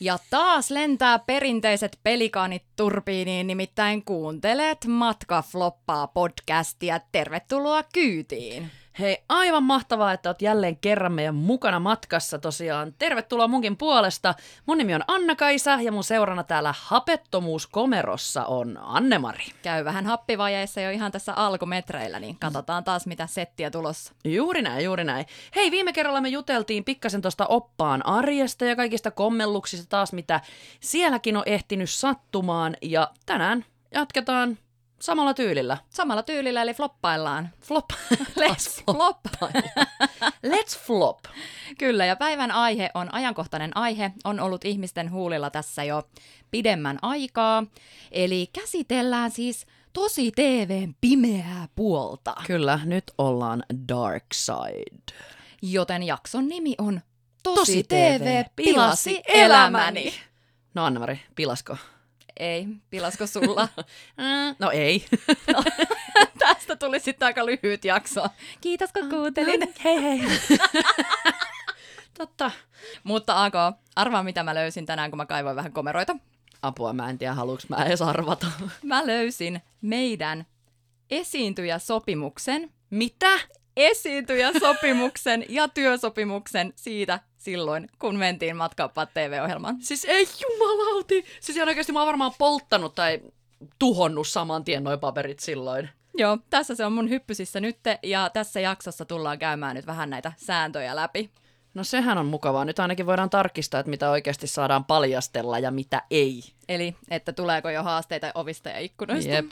Ja taas lentää perinteiset pelikaanit turbiiniin, nimittäin kuuntelet Matka Floppaa podcastia. Tervetuloa kyytiin. Hei, aivan mahtavaa, että oot jälleen kerran meidän mukana matkassa tosiaan. Tervetuloa munkin puolesta. Mun nimi on Anna-Kaisa ja mun seurana täällä Hapettomuuskomerossa on Annemari. Käy vähän happivajeissa jo ihan tässä alkumetreillä, niin katsotaan taas mitä settiä tulossa. Juuri näin, juuri näin. Hei, viime kerralla me juteltiin pikkasen tuosta oppaan arjesta ja kaikista kommelluksista taas, mitä sielläkin on ehtinyt sattumaan. Ja tänään jatketaan samalla tyylillä. Samalla tyylillä eli floppaillaan. Flop. Let's flop. Let's flop. Kyllä, ja päivän aihe on ajankohtainen aihe, on ollut ihmisten huulilla tässä jo pidemmän aikaa. Eli käsitellään siis tosi TVn pimeää puolta, Kyllä, nyt ollaan dark side. joten jakson nimi on Tosi, Tosi TV pilasi elämäni. No Annemari, pilasko? Ei, pilasko sulla? Mm, No ei. Tästä tuli sitten aika lyhyt jakso. Kiitos kun kuuntelit. hei hei. Totta. Mutta AK, arvaa mitä mä löysin tänään, kun mä kaivoin vähän komeroita. Apua, mä en tiedä, haluuks mä edes arvata. Mä löysin meidän esiintyjäsopimuksen, Mitä? esiintyjäsopimuksen ja työsopimuksen siitä silloin, kun mentiin matkaappaa TV-ohjelmaan. Siis ei jumalauti. Siis ihan oikeasti mä oon varmaan polttanut tai tuhonnut saman tien noi paperit silloin. Joo, tässä se on mun hyppysissä nytte ja tässä jaksossa tullaan käymään nyt vähän näitä sääntöjä läpi. No sehän on mukavaa. Nyt ainakin voidaan tarkistaa, että mitä oikeasti saadaan paljastella ja mitä ei. Eli, että tuleeko jo haasteita ovista ja ikkunoista. Jep.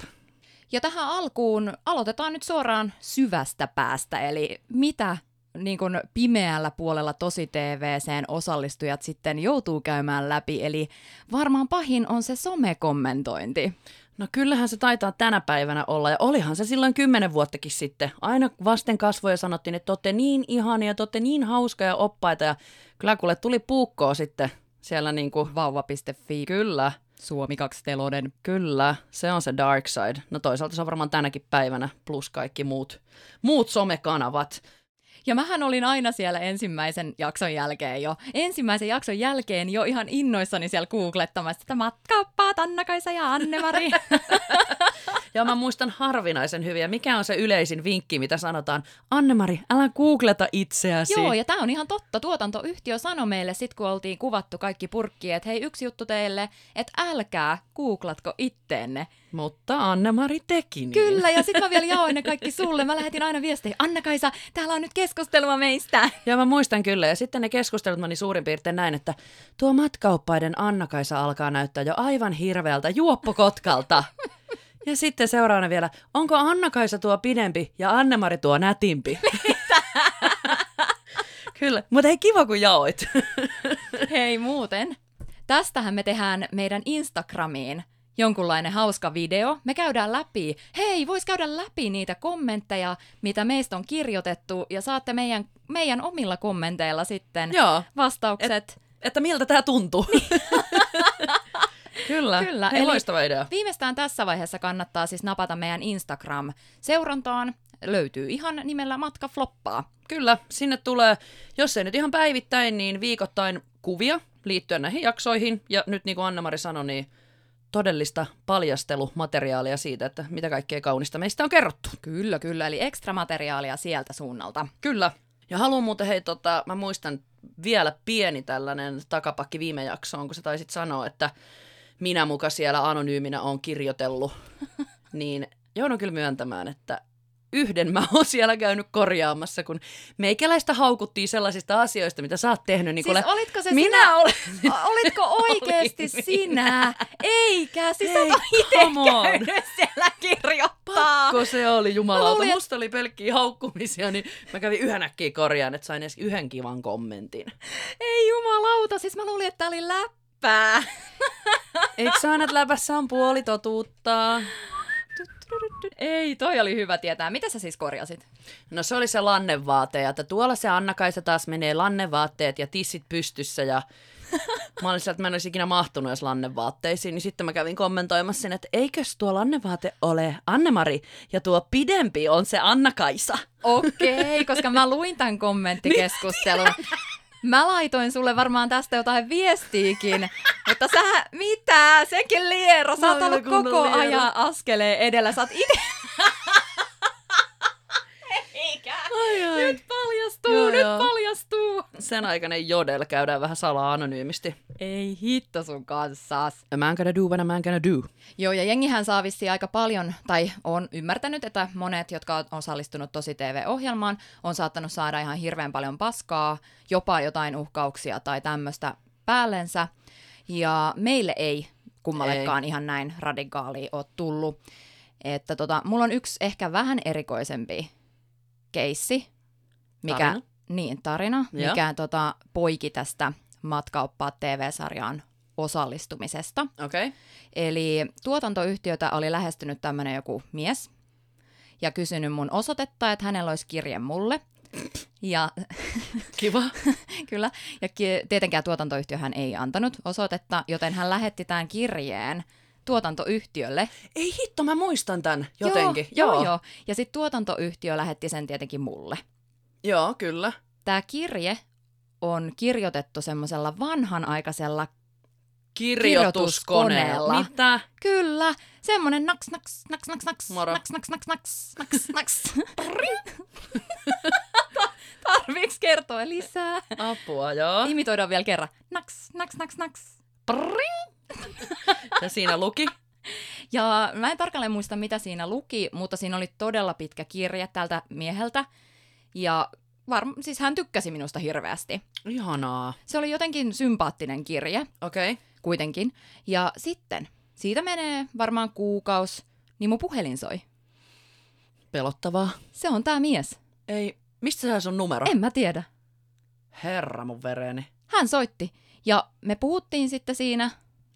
Ja tähän alkuun aloitetaan nyt suoraan syvästä päästä, eli mitä niin kuin pimeällä puolella tosi TV:seen osallistujat sitten joutuu käymään läpi, eli varmaan pahin on se somekommentointi. No kyllähän se taitaa tänä päivänä olla, ja olihan se silloin kymmenen vuottakin sitten. Aina vasten kasvoja sanottiin, että te olette niin ihania, te olette niin hauskoja ja oppaita, ja kyllä kuule tuli puukkoa sitten siellä niin kuin, Vauva.fi, kyllä, Suomi 2 telonen. kyllä, se on se dark side. No toisaalta se on varmaan tänäkin päivänä, plus kaikki muut, muut somekanavat. Ja mähän olin aina siellä ensimmäisen jakson jälkeen jo. Ensimmäisen jakson jälkeen jo ihan innoissani siellä googlettamassa, että matkaappaat Anna-Kaisa ja Anne-Mari. Ja mä muistan harvinaisen hyviä, mikä on se yleisin vinkki, mitä sanotaan, Annemari, älä googleta itseäsi. Joo, ja tämä on ihan totta. Tuotantoyhtiö sanoi meille, sit kun oltiin kuvattu kaikki purkkiin, että hei, yksi juttu teille, että älkää googlatko itteenne. Niin. Mutta Annemari teki niin. Kyllä, ja sitten mä vielä jaoin ne kaikki sulle. Mä lähetin aina viestejä, Anna-Kaisa, täällä on nyt keskustelua meistä. Ja mä muistan kyllä, ja sitten ne keskustelut meni suurin piirtein näin, että tuo matkaoppaiden Annakaisa alkaa näyttää jo aivan hirveältä juoppokotkalta. Ja sitten seuraavana vielä, onko Annakaisa tuo pidempi ja Annemari tuo nätimpi? kyllä, mutta ei kiva kun jaoit. Hei muuten, tästähän me tehdään meidän Instagramiin jonkunlainen hauska video. Me käydään läpi, hei, vois käydä läpi niitä kommentteja, mitä meistä on kirjoitettu, ja saatte meidän, meidän omilla kommenteilla sitten Joo, vastaukset. että miltä tämä tuntuu. kyllä, Niin. Kyllä, Hei, eli- loistava idea. Viimeistään tässä vaiheessa kannattaa siis napata meidän Instagram-seurantaan. Löytyy ihan nimellä Matka Floppaa. Kyllä, sinne tulee, jos ei nyt ihan päivittäin, niin viikoittain kuvia liittyen näihin jaksoihin. Ja nyt niin kuin Anna-Mari sanoi, niin todellista paljastelumateriaalia siitä, että mitä kaikkea kaunista meistä on kerrottu. Kyllä, kyllä. Eli ekstra materiaalia sieltä suunnalta. Kyllä. Ja haluan muuten, hei, tota, mä muistan vielä pieni tällainen takapakki viime jaksoon, kun sä taisit sanoa, että minä muka siellä anonyyminä on kirjoitellut. niin joudun kyllä myöntämään, että yhden mä oon siellä käynyt korjaamassa, kun meikäläistä haukuttiin sellaisista asioista, mitä sä oot tehnyt. Niin siis olitko se minä sinä? olen... O- Olitko oikeasti Olin. sinä? Eikä, siis Hei, Hei, come on. sä et siellä kirjoittaa. Kun se oli Mä jumalauta, luulin, että- musta oli pelkkiä haukkumisia, niin mä kävin yhden äkkiä korjaan, että sain edes yhden kivan kommentin. Ei jumalauta, siis mä luulin, että tää oli läppää. Eikö sä annat läpässä on puoli totuutta? Ei, toi oli hyvä tietää. Mitä sä siis korjasit? No se oli se lannevaate, ja että tuolla se Annakaisa taas menee lannevaatteet ja tissit pystyssä ja Mä olin sieltä, että mä en olisi ikinä mahtunut edes lannevaatteisiin, niin sitten mä kävin kommentoimassa sen, että eikös tuo lannevaate ole Annemari ja tuo pidempi on se Annakaisa. Niin, Okei, koska mä luin tämän kommenttikeskustelun. Mä laitoin sulle varmaan tästä jotain viestiikin, mutta sä, mitä, senkin liero, sä oot No, ollut kunnon koko liero. ajan askeleen edellä, sä oot ite... Eikä, Ai, ai. nyt paljastuu, Joo, nyt joo. paljastuu. Sen aikainen jodel käydään vähän salaa anonyymisti. Ei hitto sun kanssa. Mä en gonna do what mä en gonna do. Joo, ja jengihän saa vissiin aika paljon, tai on ymmärtänyt, että monet, jotka on osallistunut tosi TV-ohjelmaan, on saattanut saada ihan hirveän paljon paskaa, jopa jotain uhkauksia tai tämmöistä päällensä. Ja meille ei kummallekaan ihan näin radikaalia ole tullut. Että tota, mulla on yksi ehkä vähän erikoisempi keissi, mikä, Tarina. Niin, tarina, Joo. mikä tota, poiki tästä matkaoppaat TV-sarjaan osallistumisesta. Okei. Okay. Eli tuotantoyhtiötä oli lähestynyt tämmöinen joku mies ja kysynyt mun osoitetta, että hänellä olisi kirje mulle. Ja Kiva. kyllä, ja ki- tietenkään tuotantoyhtiöhän ei antanut osoitetta, joten hän lähetti tämän kirjeen tuotantoyhtiölle. Ei hitto, mä muistan tän jotenkin. Joo, joo. joo. Ja sitten tuotantoyhtiö lähetti sen tietenkin mulle. Joo, kyllä. Tämä kirje on kirjoitettu semmoisella vanhanaikaisella, Kirjoituskoneella. Kirjoituskoneella. Mitä? kyllä, semmoinen naks, naks, naks, naks, naks, Moro. naks, naks, naks, naks, naks, naks. Ta- Tarviiks kertoa lisää? Apua, joo. No, Imitoidaan vielä kerran. Naks, naks, naks, naks. Ja siinä luki. Ja mä en tarkalleen muista, mitä siinä luki, mutta siinä oli todella pitkä kirje tältä mieheltä. Ja varm- siis hän tykkäsi minusta hirveästi. Ihanaa. Se oli jotenkin sympaattinen kirje. Okei. Okay. kuitenkin. Ja sitten, siitä menee varmaan kuukaus, niin mun puhelin soi. Pelottavaa. Se on tää mies. Ei. Mistä sä sun numero? En mä tiedä. Herra mun vereni. Hän soitti. Ja me puhuttiin sitten siinä.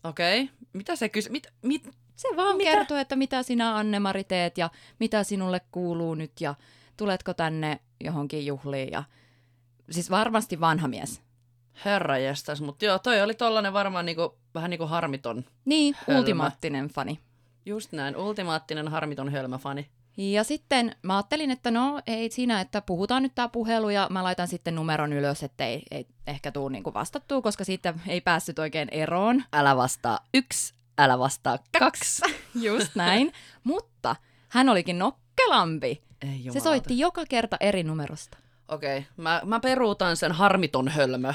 Okei. Okay. Mitä se kysyi? Mit, mit? Se vaan Mitä? mitä? kertoi, että mitä sinä Anne-Mari teet ja mitä sinulle kuuluu nyt ja tuletko tänne johonkin juhliin. Ja... Siis varmasti vanha mies. Herra jästäs, mutta joo, toi oli tollanen varmaan niinku, vähän niinku harmiton. Niin, Hölmö. ultimaattinen fani. Just näin, ultimaattinen harmiton hölmäfani. Ja sitten mä ajattelin, että no ei siinä, että puhutaan nyt tämä puhelu ja mä laitan sitten numeron ylös, että ei, ei ehkä tuu niinku vastattua, koska siitä ei päässyt oikein eroon. Älä vastaa yksi, älä vastaa kaksi. Just näin. Mutta hän olikin nokkelampi. Ei Se jumalauta. soitti joka kerta eri numerosta. Okei, okay. mä, mä peruutan sen harmiton hölmö.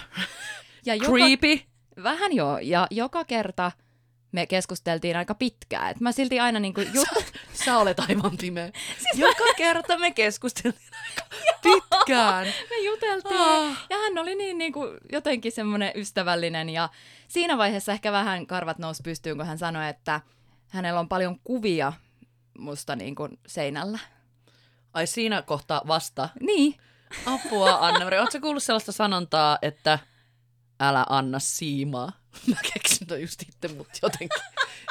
Ja joka, Creepy. Vähän joo, ja joka kerta me keskusteltiin aika pitkään. Et mä silti aina niinku just... Sä olet aivan pimeä. Siis Joka mä... kerta me keskusteltiin aika pitkään. me juteltiin. Ah. Ja hän oli niin, niin kuin, jotenkin semmoinen ystävällinen ja siinä vaiheessa ehkä vähän karvat nousi pystyyn, kun hän sanoi, että hänellä on paljon kuvia musta niin kuin seinällä. Ai siinä kohtaa vasta. Niin, Apua, Anna-Mari. Ootko kuullut sellaista sanontaa, että älä anna siimaa? Mä keksin toi just itse, mutta jotenkin,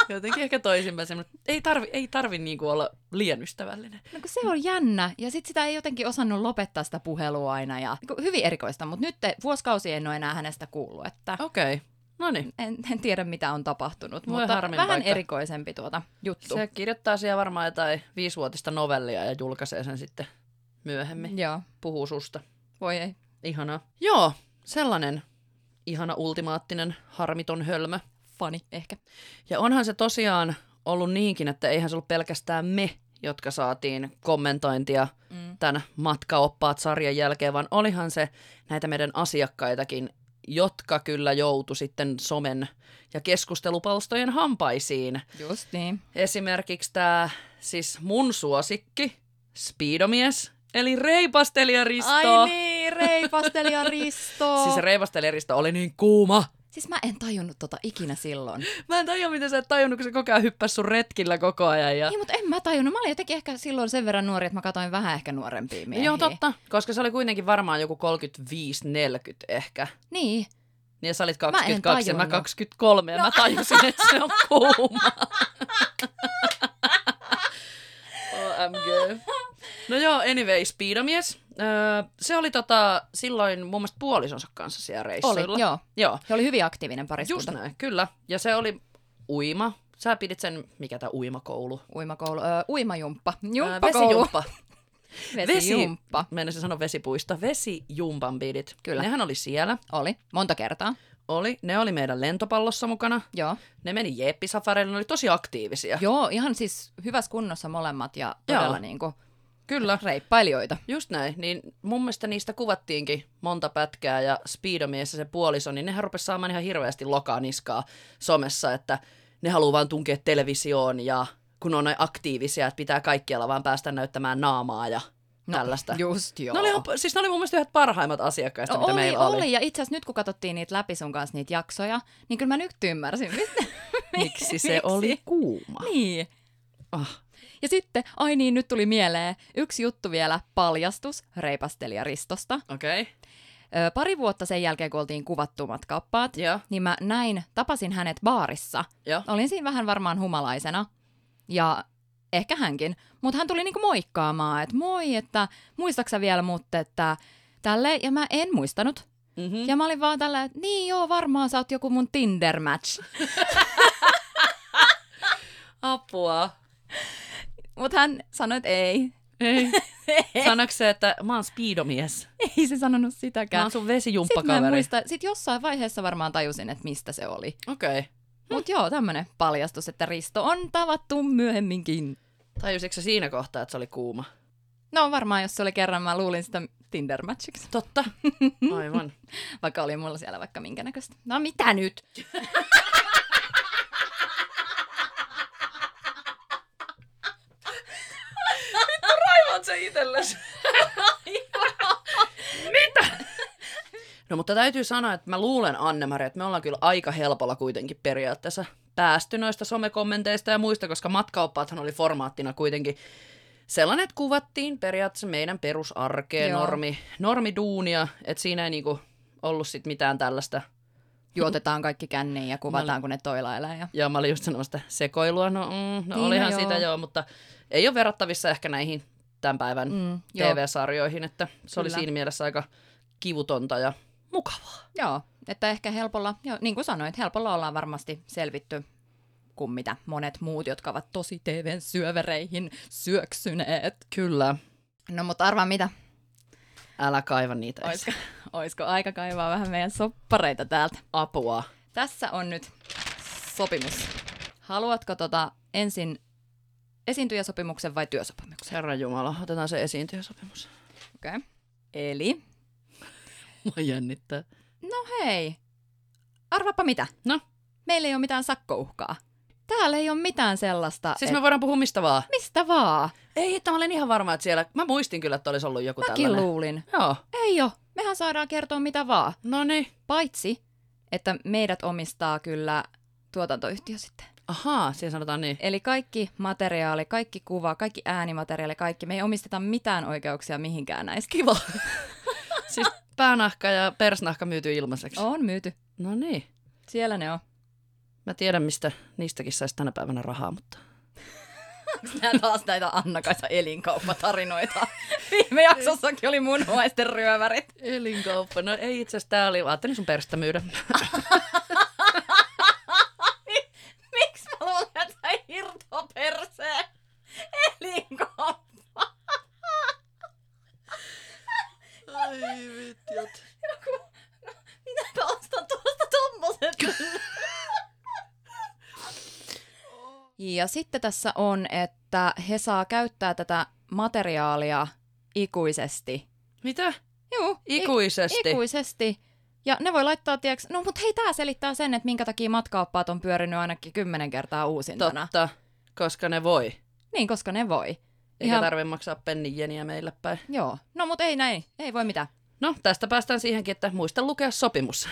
jotenkin ehkä toisinpäin semmoinen. Ei tarvi, ei tarvi niinku olla liian ystävällinen. no kun se on jännä ja sit sitä ei jotenkin osannut lopettaa sitä puhelua aina ja niin kuin hyvin erikoista, mutta nyt te- vuosikausi en ole enää hänestä kuullut, että Okei, okay. no niin. en, en tiedä mitä on tapahtunut, Voi mutta harmin vähän paikka. erikoisempi tuota juttu. Se kirjoittaa siellä varmaan jotain viisivuotista novellia ja julkaisee sen sitten myöhemmin. Joo, Puhuu susta. voi ei. Ihanaa. Niin. Joo, sellainen ihana ultimaattinen harmiton hölmö. Fani ehkä. Ja onhan se tosiaan ollut niinkin, että eihän se ollut pelkästään me, jotka saatiin kommentointia Mm. tämän Matkaoppaat-sarjan jälkeen, vaan olihan se näitä meidän asiakkaitakin, jotka kyllä joutu sitten somen ja keskustelupalstojen hampaisiin. Just niin. Esimerkiksi tämä siis mun suosikki, Speedomies, eli Reipastelija Risto. Ai niin, reipastelija Risto. Siis Reipastelija Risto oli niin kuuma. Siis mä en tajunnut tota ikinä silloin. Mä en tajua, miten sä et tajunnut, kun se koko ajan hyppäsi sun retkillä koko ajan. Ja... Ei, mutta en mä tajunnut. Mä olin jotenkin ehkä silloin sen verran nuori, että mä katsoin vähän ehkä nuorempia miehiä. Joo, totta. Koska se oli kuitenkin varmaan joku 35-40 ehkä. Niin. Niin ja sä olit en 22 mä ja mä tajunnut. 23 ja no. mä tajusin, että se on kuuma. OMG. Oh, No joo, anyway, Speedomies. Öö, se oli tota, silloin mun mielestä puolisonsa kanssa siellä Oli, reissuilla. joo. joo. Se oli hyvin aktiivinen Just pariskunta. näin, kyllä. Ja se oli uima. Sä pidit sen, mikä tää uimakoulu? Uimakoulu, öö, uimajumppa. Ää, Jumppakoulu. vesijumppa. Vesijumppa. Vesi, meinasin sanoa vesipuista. Vesijumpan bidit. Kyllä. Nehän oli siellä. Oli. Monta kertaa. Oli. Ne oli meidän lentopallossa mukana. Joo. Ne meni jeppisafareille. Ne oli tosi aktiivisia. Joo, ihan siis hyvässä kunnossa molemmat ja todella Joo. niin kuin Kyllä. reippailijoita. Just näin. Niin mun mielestä niistä kuvattiinkin monta pätkää ja Speedomies ja se puoliso, niin nehän rupesi saamaan ihan hirveästi lokaa niskaa somessa, että ne haluaa vaan tunkea televisioon ja kun on noin aktiivisia, että pitää kaikkialla vaan päästä näyttämään naamaa ja No, tällaista. Just joo. Ne oli, ihan- siis ne oli mun mielestä yhdet parhaimmat asiakkaista, No mitä oli, meillä oli. oli, ja itse asiassa nyt kun katsottiin niitä läpi sun kanssa niitä jaksoja, niin kyllä mä nyt ymmärsin, mistä. Miksi Siis se oli kuuma? niin. Ah, Ja sitten, ai niin, nyt tuli mieleen yksi juttu vielä, paljastus reipastelija Ristosta. okei. Okay. Ö, pari vuotta sen jälkeen, kun oltiin kuvattumat kappaleet, Joo, niin mä näin, tapasin hänet baarissa. joo. Olin siinä vähän varmaan humalaisena, ja ehkä hänkin, mutta hän tuli niinku moikkaamaan, että moi, että muistaaksä vielä mut, että tälle, ja mä en muistanut, Mm-hmm. Mm. Ja mä olin vaan tällä, että niin joo, varmaan sä oot joku mun Tinder-match. Apua. Mut hän sanoi, että ei. Ei. Sanoiko se, että mä oon speedomies? Ei se sanonut Mä sitäkään. oon sun Sitten mä en vesijumppakaveri. muista, sit jossain vaiheessa varmaan tajusin, että mistä se oli. Okei. Okay. Mut joo, tämmönen paljastus, että Risto on tavattu myöhemminkin. Tajusitko sä siinä kohtaa, että se oli kuuma? No varmaan, jos se oli kerran, mä luulin sitä Tinder-matchiksi, Totta. Aivan. vaikka oli mulla siellä vaikka minkä näköistä. No mitä nyt? Oot se itelles. Mitä? No mutta täytyy sanoa, että mä luulen anne että me ollaan kyllä aika helpolla kuitenkin periaatteessa päästy noista somekommenteista ja muista, koska matkaoppaathan oli formaattina kuitenkin sellainen, että kuvattiin periaatteessa meidän perusarkea, Joo. normi, normiduunia, että siinä ei niinku ollut sit mitään tällaista Juotetaan kaikki känniin ja kuvataan, kun ne toilailee. Ja... Ja mä olin just sanomassa että sekoilua, no, mm, no Niin, niin, olihan no no siitä joo. joo, mutta ei ole verrattavissa ehkä näihin tämän päivän mm, Mm, joo, TV-sarjoihin, että se oli Kyllä. siinä mielessä aika kivutonta ja mukavaa. joo, että ehkä helpolla, joo, niin kuin sanoit, helpolla ollaan varmasti selvitty kuin mitä monet muut, jotka ovat tosi TVn syövereihin syöksyneet. Kyllä, No mutta arvaa mitä, älä kaiva niitä oisko, Oiska. oisko aika kaivaa vähän meidän soppareita täältä. apua. Tässä on nyt sopimus. Haluatko tota ensin esiintyjäsopimuksen vai työsopimuksen? Herra Jumala, otetaan se esiintyjäsopimus. Okei. Okay. Eli, Mä jännittää. no hei, arvaapa mitä? No? Meillä ei ole mitään sakkouhkaa. Täällä ei ole mitään sellaista, Siis et- me voidaan puhua mistä vaan. mistä vaan. Ei, että mä olen ihan varma, että siellä... Mä muistin kyllä, että olisi ollut joku Mäkin tällainen. luulin. Joo. Ei oo, mehän saadaan kertoa mitä vaan. No niin. Paitsi, että meidät omistaa kyllä tuotantoyhtiö sitten. Ahaa, siinä sanotaan niin. Eli kaikki materiaali, kaikki kuva, kaikki äänimateriaali, kaikki. Me ei omisteta mitään oikeuksia mihinkään näistä. Kiva. Siis päänahka ja persnahka myytyy ilmaiseksi. On myyty. No niin. Siellä ne on. Mä tiedän, mistä niistäkin saisi tänä päivänä rahaa, mutta... Nämä taas näitä Annakaisa elinkauppatarinoita. Viime jaksossakin oli mun huisten ryövärit. Elinkauppa, no ei itse asiassa tää oli, mä ajattelin sun perstä myydä. Miksi mä luulen, että hirtoperseen elinkauppa? Ai vittiot. Joku, no, minä mä ostan tuosta tommoset. ja sitten tässä on, että he saa käyttää tätä materiaalia ikuisesti. Mitä? Juu, i- Ikuisesti. ikuisesti. Ja ne voi laittaa, tieks, no mut hei, tää selittää sen, että minkä takia matkaoppaat on pyörinyt ainakin kymmenen kertaa uusintana. Totta, koska ne voi. Niin, koska ne voi. Eikä Ihan- Ihan... tarvitse maksaa pennijeniä meille päin. Joo, no mut ei näin, ei voi mitään. No, tästä päästään siihenkin, että muista lukea sopimus.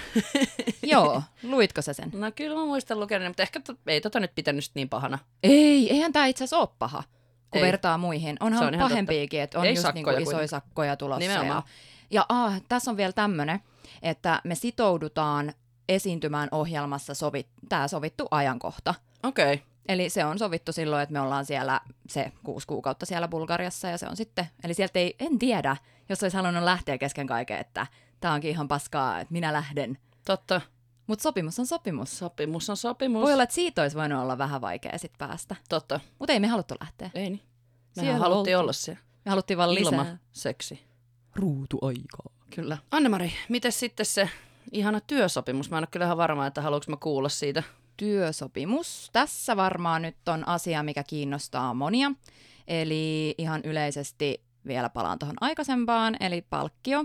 Joo, luitko sä sen? No kyllä mä muistan lukenut, mutta ehkä to- ei tota nyt pitänyt sit niin pahana. Ei, eihän tämä itse asiassa ole paha, kun Ei. vertaa muihin. Onhan Se on ihan pahempiakin, että on Ei just sakkoja niinku isoja kuitenkaan. sakkoja tulossa. Ja, Nimenomaan. ja ah, tässä on vielä tämmöinen, että me sitoudutaan esiintymään ohjelmassa sovit, tämä sovittu ajankohta. Okei, okay. Eli se on sovittu silloin, että me ollaan siellä se kuusi kuukautta siellä Bulgariassa ja se on sitten, eli sieltä ei, en tiedä, jos olisi halunnut lähteä kesken kaiken, että tämä onkin ihan paskaa, että minä lähden. totta. Mutta sopimus on sopimus. Sopimus on sopimus. Voi olla, että siitä olisi voinut olla vähän vaikea sitten päästä, Totta, mutta ei me haluttu lähteä. ei niin. Mehän Siellä haluttiin oltiin. olla siellä. Me haluttiin vaan lisää. Ilma, seksi. ruutuaikaa. Kyllä. Annemari, miten sitten se ihana työsopimus? Mä en ole kyllä ihan varma, että haluanko mä kuulla siitä. Työsopimus. Tässä varmaan nyt on asia, mikä kiinnostaa monia. Eli ihan yleisesti vielä palaan tuohon aikaisempaan, eli palkkio.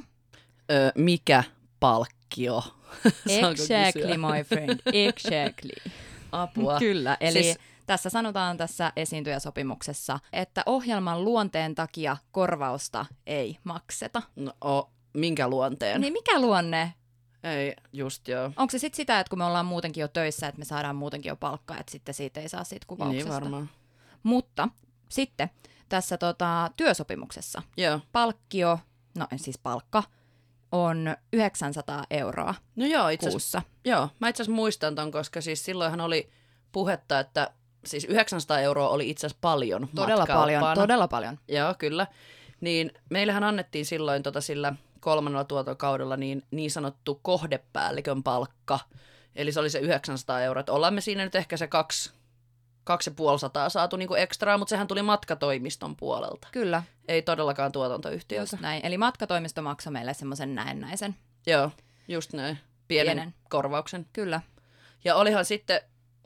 Öö, mikä palkkio? Saanko kysyä? Exactly, my friend. Exactly. Apua. Kyllä, eli Siis- siis... tässä sanotaan tässä esiintyjäsopimuksessa, että ohjelman luonteen takia korvausta ei makseta. No, o, minkä luonteen? Niin mikä luonne? Ei, just joo. Niin Onko se sitten sitä, että kun me ollaan muutenkin jo töissä, että me saadaan muutenkin jo palkkaa, että sitten siitä ei saa siitä Niin kuvauksesta? varmaan. Mutta sitten tässä tota, työsopimuksessa Joo. palkkio, no siis palkka, on 900 euroa No joo, itse asiassa, kuussa. joo. Mä itse asiassa muistan ton, koska siis silloinhan oli puhetta, että siis 900 euroa oli itse asiassa paljon Todella paljon, matkakauppana. todella paljon. Joo, kyllä. Niin meillähän annettiin silloin tota sillä kolmannella tuotokaudella niin, niin sanottu kohdepäällikön palkka. Eli se oli se 900 euroa. Et ollaan me siinä nyt ehkä se kaksi, kaksi ja puoli sataa saatu niinku ekstraa, mutta sehän tuli matkatoimiston puolelta. Kyllä, Ei todellakaan tuotantoyhtiöltä. just näin. Eli matkatoimisto maksoi meille semmoisen näennäisen. Joo, just näin. Pienen, Pienen Pienen. korvauksen. Kyllä, Ja olihan sitten,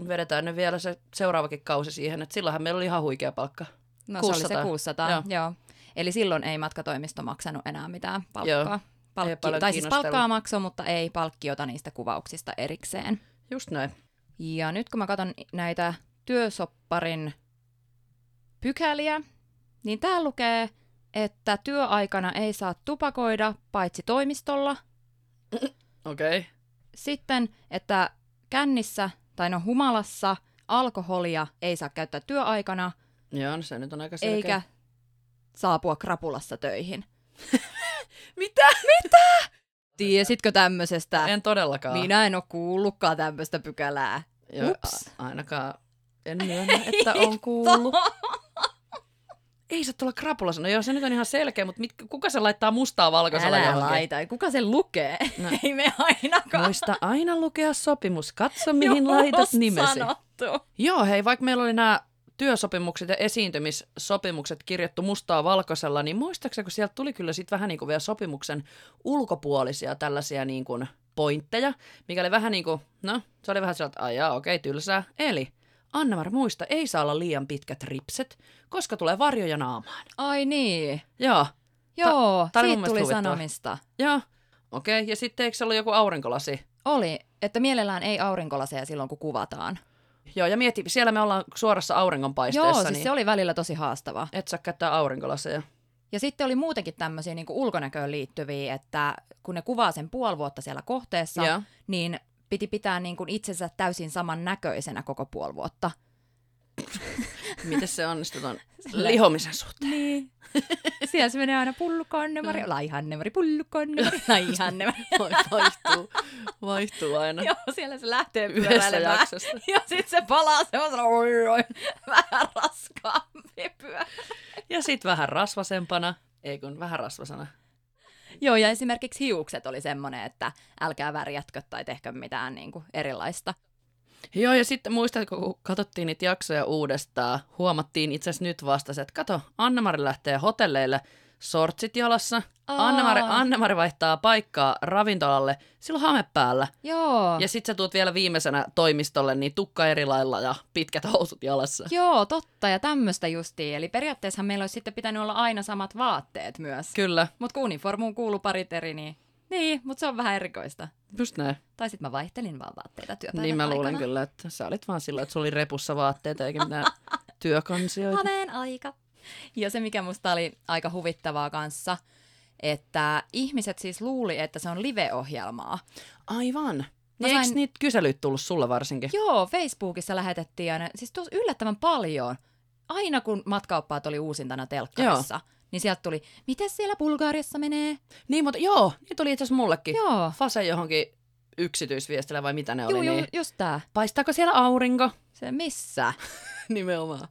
vedetään nyt vielä se seuraavakin kausi siihen, että silloinhan meillä oli ihan huikea palkka. no 600. se oli 600. se 600. Joo. Joo. Joo. Eli silloin ei matkatoimisto maksanut enää mitään palkkaa. Ei Palkki, paljon tai siis kiinnostellut. palkkaa maksoi, mutta ei palkkiota niistä kuvauksista erikseen. Just näin. Ja nyt kun mä katson näitä työsopparin pykäliä, niin tää lukee, että työaikana ei saa tupakoida paitsi toimistolla. Okei. Okay. Sitten, että kännissä tai no humalassa alkoholia ei saa käyttää työaikana, Joo, no se nyt on aika selkeä. eikä saapua krapulassa töihin. Mitä? Tiesitkö tämmöisestä? En todellakaan. Minä en ole kuullutkaan tämmöistä pykälää. Joo, Ups. a- ainakaan en myönnä, että on kuullut. Ei se tulla krapulassa. No joo, se nyt on ihan selkeä, mutta mit, kuka se laittaa mustaa valkoisella Älä johonkin? laita. Kuka sen lukee? No. No. Ei me ainakaan. Muista aina lukea sopimus. Katso, mihin Joo, laitat nimesi. Sanottu. Joo, hei, vaikka meillä oli nämä työsopimukset ja esiintymissopimukset kirjattu mustaa valkoisella, niin muistaakseni, kun sieltä tuli kyllä sitten vähän niin kuin vielä sopimuksen ulkopuolisia tällaisia niin kuin pointteja, mikä oli vähän niin kuin, no, se oli vähän sieltä, ai jaa, okei, tylsää. Eli anna muista, ei saa olla liian pitkät ripset, koska tulee varjoja naamaan. Ai niin. Joo, Joo, tää oli siitä mun mielestä tuli huvittava. sanomista. joo, okei, ja sitten eikö se ollut joku aurinkolasi? Oli, että mielellään ei aurinkolaseja silloin, kun kuvataan. Joo, ja mieti, siellä me ollaan suorassa auringonpaisteessa, Joo, siis niin se oli välillä tosi haastava. et saa käyttää aurinkolaseja. Ja sitten oli muutenkin tämmöisiä niin ulkonäköön liittyviä, että kun ne kuvaa sen puoli vuotta siellä kohteessa, Joo. niin piti pitää niin kuin itsensä täysin saman näköisenä koko puoli vuotta. Miten se onnistui ton Sillä- lihomisen suhteen? Niin. Siellä se menee aina pullukonnemari, laihannemari, pullukonnemari, laihannemari. Voi vaihtuu, vaihtuu aina Joo, siellä se lähtee yhdessä pyöräilemään. jaksossa. Ja sit se palaa semmoisena oi, oi, vähän raskaampi pyörä. Ja sit vähän rasvasempana, ei kun vähän rasvasena. Joo, ja esimerkiksi hiukset oli semmoinen, että älkää värjätkö tai tehkö mitään niin kuin erilaista. Joo, ja sitten muistatko, kun katsottiin niitä jaksoja uudestaan, huomattiin itse asiassa nyt vasta se, että kato, Anna-Mari lähtee hotelleille sortsit jalassa. Aa. Anna-Mari, Anna-Mari vaihtaa paikkaa ravintolalle, sillä on hame päällä. Joo, Ja sit sä tuut vielä viimeisenä toimistolle, niin tukka eri lailla ja pitkät housut jalassa. joo, totta ja tämmöistä justiin. Eli periaatteessa meillä olisi sitten pitänyt olla aina samat vaatteet myös. Kyllä, Mutta kun uniformuun kuuluu parit eri, niin, niin mutta se on vähän erikoista. just näin. Tai sitten mä vaihtelin vaan vaatteita työpäivän Niin mä luulen aikana. kyllä, että sä olit vaan sillä, että sulla oli repussa vaatteita eikä mitään työkansioita. Hameen aika. Ja se, mikä musta oli aika huvittavaa kanssa, että ihmiset siis luuli, että se on live-ohjelmaa. Aivan. No Mä sain... eikö sain- niitä kyselyt tullut sulle varsinkin? Joo, Facebookissa lähetettiin aina, siis tuossa yllättävän paljon. Aina kun matkaoppaat oli uusintana telkkarissa, Joo. niin sieltä tuli, miten siellä Bulgaariassa menee? Niin, mutta joo, niitä tuli itse asiassa mullekin. Joo, Fase johonkin yksityisviestillä vai mitä ne oli, juu, ju, niin just tää. paistaako siellä aurinko? Se missä? Nimenomaan.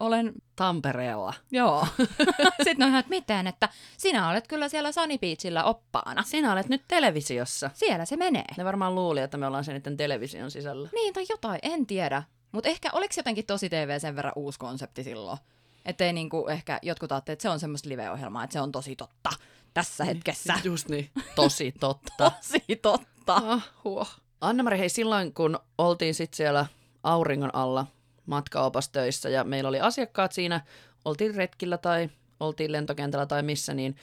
Olen, Tampereella. joo. Sitten ne on ihan, että mitään, että sinä olet kyllä siellä Sunny Beachillä oppaana. Sinä olet nyt televisiossa. Siellä se menee. Ne varmaan luuli, että me ollaan sen niiden television sisällä. Niin tai jotain, en tiedä. Mutta ehkä oliko jotenkin tosi TV sen verran uusi konsepti silloin? Ettei niinku ehkä jotkut ajattele, että se on semmoista live-ohjelmaa, että se on tosi totta tässä hetkessä. Just niin. Tosi totta. Tosi totta. ah, huo. Anna-Mari, hei silloin kun oltiin sit siellä auringon alla matkaopastöissä ja meillä oli asiakkaat siinä, oltiin retkillä tai oltiin lentokentällä tai missä, niin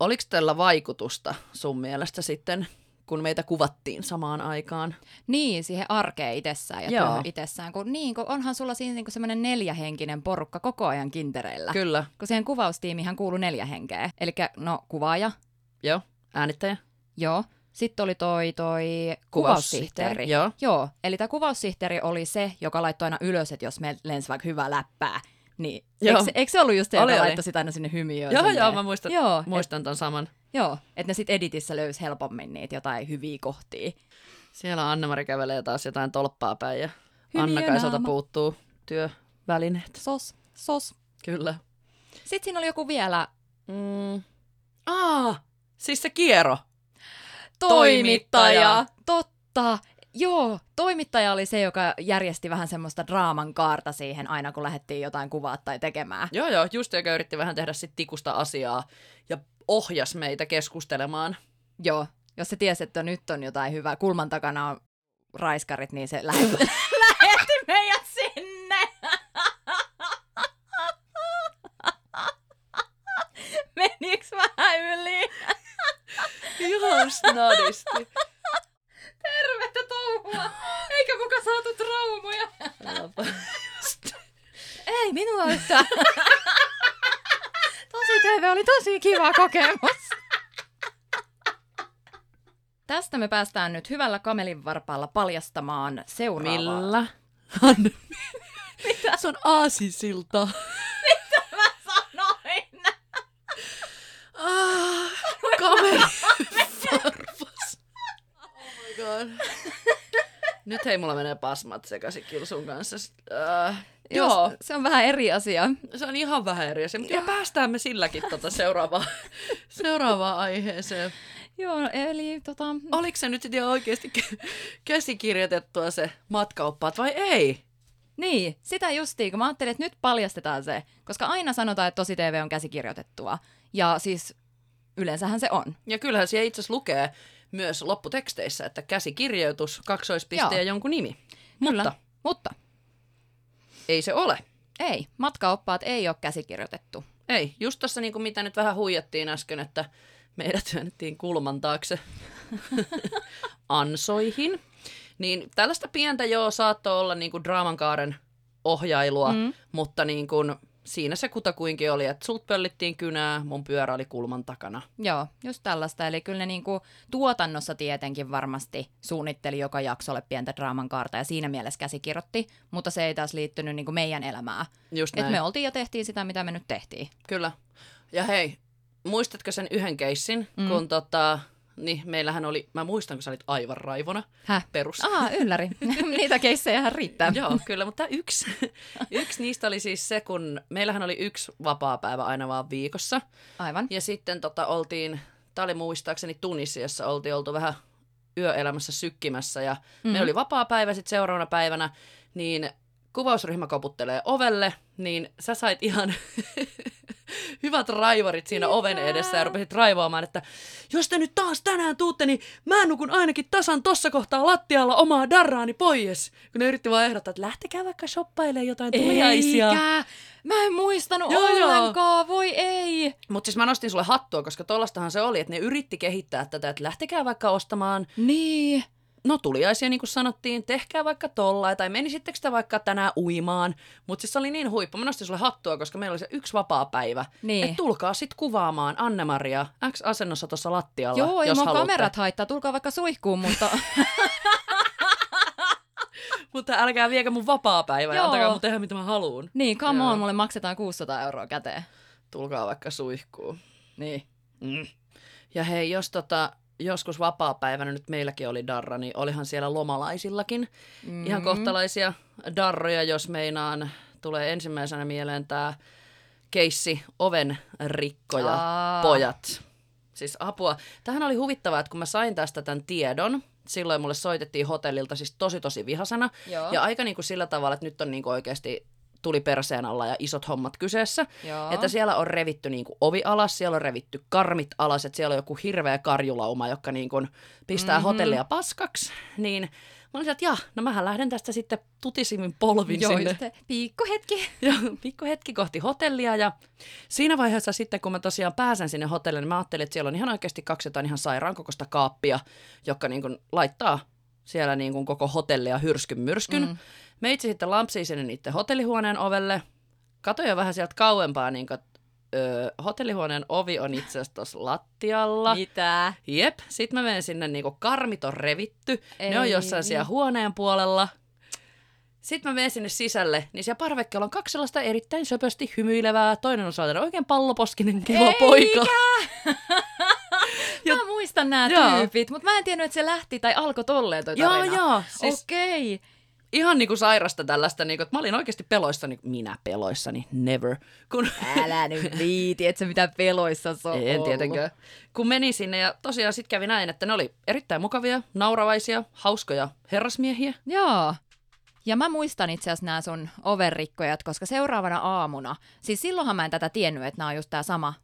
oliko tällä vaikutusta sun mielestä sitten, kun meitä kuvattiin samaan aikaan? Niin, siihen arkeen itsessään ja Joo. työhön itsessään. Kun, niin, kun onhan sulla siinä niinku semmoinen neljähenkinen porukka koko ajan kintereillä. Kyllä. kun siihen kuvaustiimihän kuuluu neljä henkeä. Eli no kuvaaja, Joo. Äänittäjä? joo. Sitten oli toi, toi kuvaussihteeri. Joo. Joo, eli tämä kuvaussihteeri oli se, joka laittoi aina ylös, että jos me lensi vaikka hyvää läppää, niin Joo. eikö, se- eikö se ollut just se, Oli, joka oli. laittoi sitä aina sinne hymiöön? Joo, sinne? joo, mä muistan, Joo, et- muistan ton saman. Joo, että ne sitten editissä löysi helpommin niitä jotain hyviä kohtia. Siellä Anna-Mari kävelee taas jotain tolppaa päin ja Hymiö Anna-Kaisalta naama. puuttuu työvälineet. Sos, sos. Kyllä. Sitten siinä oli joku vielä Mm. Aa, siis se kierro. Toimittaja. toimittaja. Totta. Joo, toimittaja oli se, joka järjesti vähän semmoista draaman kaarta siihen aina, kun lähdettiin jotain kuvaa tai tekemään. Joo, joo, just joka yritti vähän tehdä sit tikusta asiaa ja ohjas meitä keskustelemaan. Joo, jos se tiesi, että nyt on jotain hyvää, kulman takana on raiskarit, niin se lähetti, lähetti meidät sinne. Meniks vähän yli? Just nadisti. Tervettä touhua! Eikä muka saatu traumoja. Ei minua yhtään. Tosi TV oli tosi kiva kokemus. Tästä me päästään nyt hyvällä kamelinvarpaalla paljastamaan seuraavaa. Millä? Anna. Mitä? Se on aasisilta. Mä sanoin. Ah, kamera. Farfas. Oh my god. Nyt hei, mulla menee pasmat sekaisin kilsun kanssa. Äh, Joo. joo, Se on vähän eri asia. se on ihan vähän eri asia, mutta päästään me silläkin tota seuraavaan, seuraavaan aiheeseen. Joo, eli tota... Oliko se nyt sitten oikeasti kä- käsikirjoitettua se matkaoppaat vai ei? Niin, sitä justiin, kun mä ajattelin, että nyt paljastetaan se. Koska aina sanotaan, että tosi TV on käsikirjoitettua. Ja siis yleensähän se on. Ja kyllähän siellä itse asiassa lukee myös lopputeksteissä, että käsikirjoitus, kaksoispiste Joo. ja jonkun nimi. Kyllä. Mutta Mutta ei se ole. ei, matkaoppaat ei ole käsikirjoitettu. Ei, just tuossa niin kuin mitä nyt vähän huijattiin äsken, että meidät työnnettiin kulman taakse ansoihin. Niin tällaista pientä joo saattoi olla niin kuin draamankaaren ohjailua, mm. mutta niin kuin siinä se kutakuinkin oli, että sult pöllittiin kynää, mun pyörä oli kulman takana. Joo, just tällaista. Eli kyllä ne niinku tuotannossa tietenkin varmasti suunnitteli joka jaksolle pientä draaman kaarta ja siinä mielessä käsikirjoitti, mutta se ei taas liittynyt niinku meidän elämään. Just Et näin. me oltiin ja tehtiin sitä, mitä me nyt tehtiin. Kyllä. Ja hei, muistatko sen yhden keissin, Mm. mm. kun tota, niin meillähän oli, mä muistan, kun sä olit aivan raivona, Häh? perus. Aa, ylläri. Niitä keissejähän riittää. Joo, kyllä, mutta yksi, yksi niistä oli siis se, kun meillähän oli yksi vapaa päivä aina vaan viikossa. Aivan. Ja sitten tota, oltiin, tämä oli muistaakseni Tunisiassa, oltiin oltu vähän yöelämässä sykkimässä ja mm. meillä oli vapaa päivä sitten seuraavana päivänä, niin kuvausryhmä koputtelee ovelle, niin sä sait ihan hyvät raivarit siinä Mitä? oven edessä ja rupesit raivoamaan, että jos te nyt taas tänään tuutte, niin mä nukun ainakin tasan tossa kohtaa lattialla omaa darraani pois. Kun ne yritti vaan ehdottaa, että lähtekää vaikka shoppailemaan jotain tuliaisia. Eikä. Mä en muistanut Joo, joo. ollenkaan, voi ei. Mutta siis mä nostin sulle hattua, koska tollastahan se oli, että ne yritti kehittää tätä, että lähtekää vaikka ostamaan, Niin. no tuliaisia niin kuin sanottiin, tehkää vaikka tollain, tai menisittekö te vaikka tänään uimaan. Mutta siis se oli niin huippu, mä nostin sulle hattua, koska meillä oli se yksi vapaa päiva. Niin. Että tulkaa sit kuvaamaan Anne-Maria X-asennossa tuossa lattialla, Joo, jos ilman haluatte. kamerat haittaa, tulkaa vaikka suihkuun, mutta Mutta älkää viekö mun vapaa päivä ja Joo. antakaa mun tehdä mitä mä haluun. niin, come Joo. on, mulle maksetaan 600 euroa käteen. Tulkaa vaikka suihkuun. Niin. Mm. Ja hei, jos tota, joskus vapaa-päivänä nyt meilläkin oli darra, niin olihan siellä lomalaisillakin Mm. ihan kohtalaisia darroja, jos meinaan tulee ensimmäisenä mieleen tämä keissi oven rikkoja Aa. pojat. Siis apua. Tähän oli huvittavaa, että kun mä sain tästä tämän tiedon, silloin mulle soitettiin hotellilta siis tosi tosi vihasena. Joo. Ja aika niin kuin sillä tavalla, että nyt on niin kuin oikeasti tuli perseen alla ja isot hommat kyseessä. Joo. Että siellä on revitty niin kuin ovi alas, siellä on revitty karmit alas, että siellä on joku hirveä karjulauma, joka niin kuin pistää Mhm. mm-hmm. hotellia paskaksi. Niin mä olin sieltä, että jah, no mähän lähden tästä sitten tutisimmin polvin Joo, sinne. just se. Piikku hetki. Ja pikku hetki kohti hotellia ja siinä vaiheessa sitten, kun mä tosiaan pääsen sinne hotellille, niin mä ajattelin, että siellä on ihan oikeasti kaksi jotain ihan sairaan kokoista kaappia, jotka niin kuin laittaa siellä niin kuin koko hotellia hyrskyn myrskyn. Mm. Mm. Meitsi sitten lampsii sinne niiden hotellihuoneen ovelle. Katoin jo vähän sieltä kauempaa, niin kuin, että öö, hotellihuoneen ovi on itse asiassa tuossa Niin. lattialla. Mitä? Jep, sitten mä menen sinne, niinku karmit on revitty, Ei. ne on Ei. jossain siellä huoneen puolella. Sitten mä menen sinne sisälle, niin siellä parvekkeella on kaksi sellaista erittäin söpösti hymyilevää, toinen on sellainen oikein palloposkinen kiva Eikä! poika. Mä muistan nämä Joo. tyypit, mutta mä en tiennyt, että se lähti tai alkoi tolleen toi Joo, tarina. joo. Siis Okei. ihan niinku sairasta tällaista, niinku, että mä olin oikeasti peloissani, minä peloissani, never. Kun Älä nyt viiti, et se mitään peloissa se Ei, en tietenkään. Kun meni sinne ja tosiaan sitten kävi näin, että ne oli erittäin mukavia, nauravaisia, hauskoja herrasmiehiä. Joo. Ja mä muistan itse asiassa nämä sun overrikkojat, koska seuraavana aamuna, siis silloinhan mä en tätä tiennyt, että nämä on just tämä sama,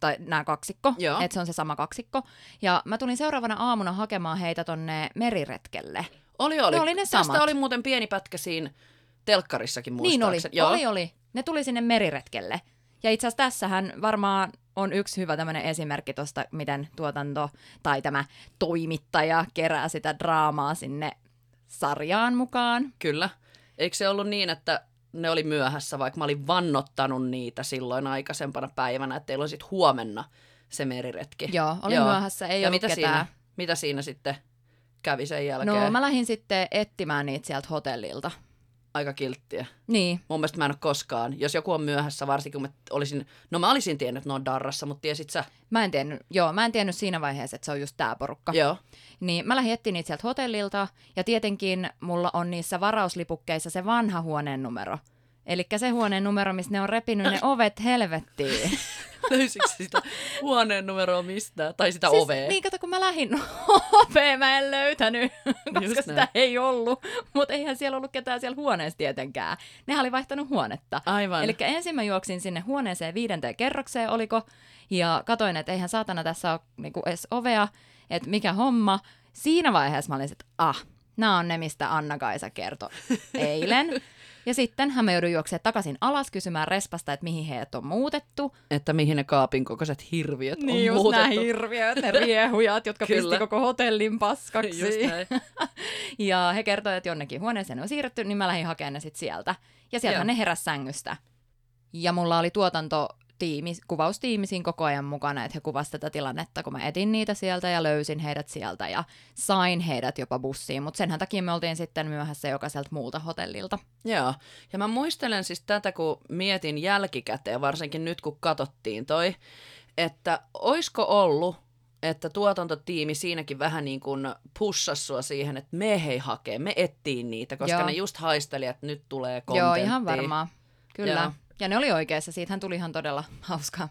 tai nämä kaksikko, Joo. että se on se sama kaksikko. Ja mä tulin seuraavana aamuna hakemaan heitä tonne meriretkelle. Oli, oli. Ne oli ne samat. Tästä oli muuten pieni pätkä siinä telkkarissakin Niin oli, muistaakseni. Joo. oli, oli. Ne tuli sinne meriretkelle. Ja itse asiassa tässähän varmaan on yksi hyvä tämmöinen esimerkki tuosta, miten tuotanto tai tämä toimittaja kerää sitä draamaa sinne sarjaan mukaan. Kyllä. Eikö se ollut niin, että ne oli myöhässä, vaikka mä olin vannottanut niitä silloin aikaisempana päivänä, että teillä on sitten huomenna se meriretki. Joo, oli Joo. myöhässä, ei ja ollut mitä ketään. siinä, mitä siinä sitten kävi sen jälkeen? No mä lähdin sitten etsimään niitä sieltä hotellilta. Aika kilttiä. Niin, Mun mielestä mä en ole koskaan. Jos joku on myöhässä, varsinkin kun mä olisin... No mä olisin tiennyt, että ne on darrassa, mutta tiesit sä? mä en tiennyt, joo, mä en tiennyt siinä vaiheessa, että se on just tää porukka. Joo. Niin mä lähdin etsimään niitä sieltä hotellilta ja tietenkin mulla on niissä varauslipukkeissa se vanha huoneen numero. Eli se huoneen numero, missä ne on repinyt ne ovet helvettiin. Löysitkö sä sitä huoneen numeroa mistään? Tai sitä ovea? Niin, kato, kun mä lähdin oveen, mä en löytänyt, koska Just Just sitä näin. ei ollut. Mutta eihän siellä ollut ketään siellä huoneessa tietenkään. Nehän oli vaihtanut huonetta. Aivan. Eli ensin mä juoksin sinne huoneeseen viidenteen kerrokseen, oliko, ja katoin, että eihän saatana tässä ole niinku edes ovea, että mikä homma. Siinä vaiheessa mä olin, sit, että ah, nämä on ne, mistä Anna-Kaisa kertoi eilen. Ja sittenhän mä joudun juoksemaan takaisin alas kysymään respasta, että mihin heidät on muutettu. Että mihin ne kaapin kokoiset hirviöt Niin on just nämä muutettu. hirviöt, ne riehujat, jotka Kyllä. pisti koko hotellin paskaksi. Just näin. Ja he kertoivat, että jonnekin huoneeseen ne on siirretty, niin mä lähdin hakemaan ne sitten sieltä. Ja sieltä Joo. ne heräs sängystä. Ja mulla oli tuotantotiimi, kuvaustiimi siinä koko ajan mukana, että he kuvasivat tätä tilannetta, kun mä etin niitä sieltä ja löysin heidät sieltä ja sain heidät jopa bussiin. Mutta senhän takia me oltiin sitten myöhässä jokaiselta muulta hotellilta. Joo, ja mä muistelen siis tätä, kun mietin jälkikäteen, varsinkin nyt kun katsottiin toi, että oisko ollut, että tuotantotiimi siinäkin vähän niin kuin pussasi sua siihen, että me hei hakee, me ettiin niitä, koska Joo. Joo. ne just haisteli, että nyt tulee Joo, kontenttia. ihan varmaa. Kyllä. Joo. Ja ne oli oikeassa. Siitähän tuli ihan todella hauska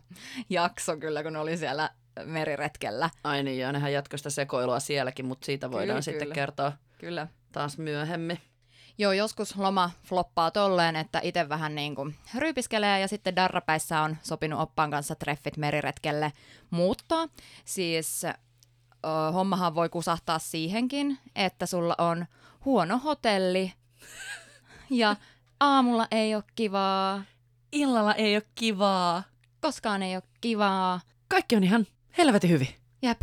jakso kyllä, kun ne oli siellä meriretkellä. Ai niin, joo, nehän jatkoi sitä sekoilua sielläkin, mutta siitä voidaan Kyllä, sitten kyllä. kertoa Kyllä. taas myöhemmin. Joo, joskus loma floppaa tolleen, että itse vähän niin kuin ryypiskelee ja sitten darrapäissä on sopinut oppaan kanssa treffit meriretkelle. Mutta siis ö, hommahan voi kusahtaa siihenkin, että sulla on huono hotelli ja aamulla ei ole kivaa, Illalla ei ole kivaa. koskaan ei ole kivaa. Kaikki on ihan helvetin hyvin. Jep,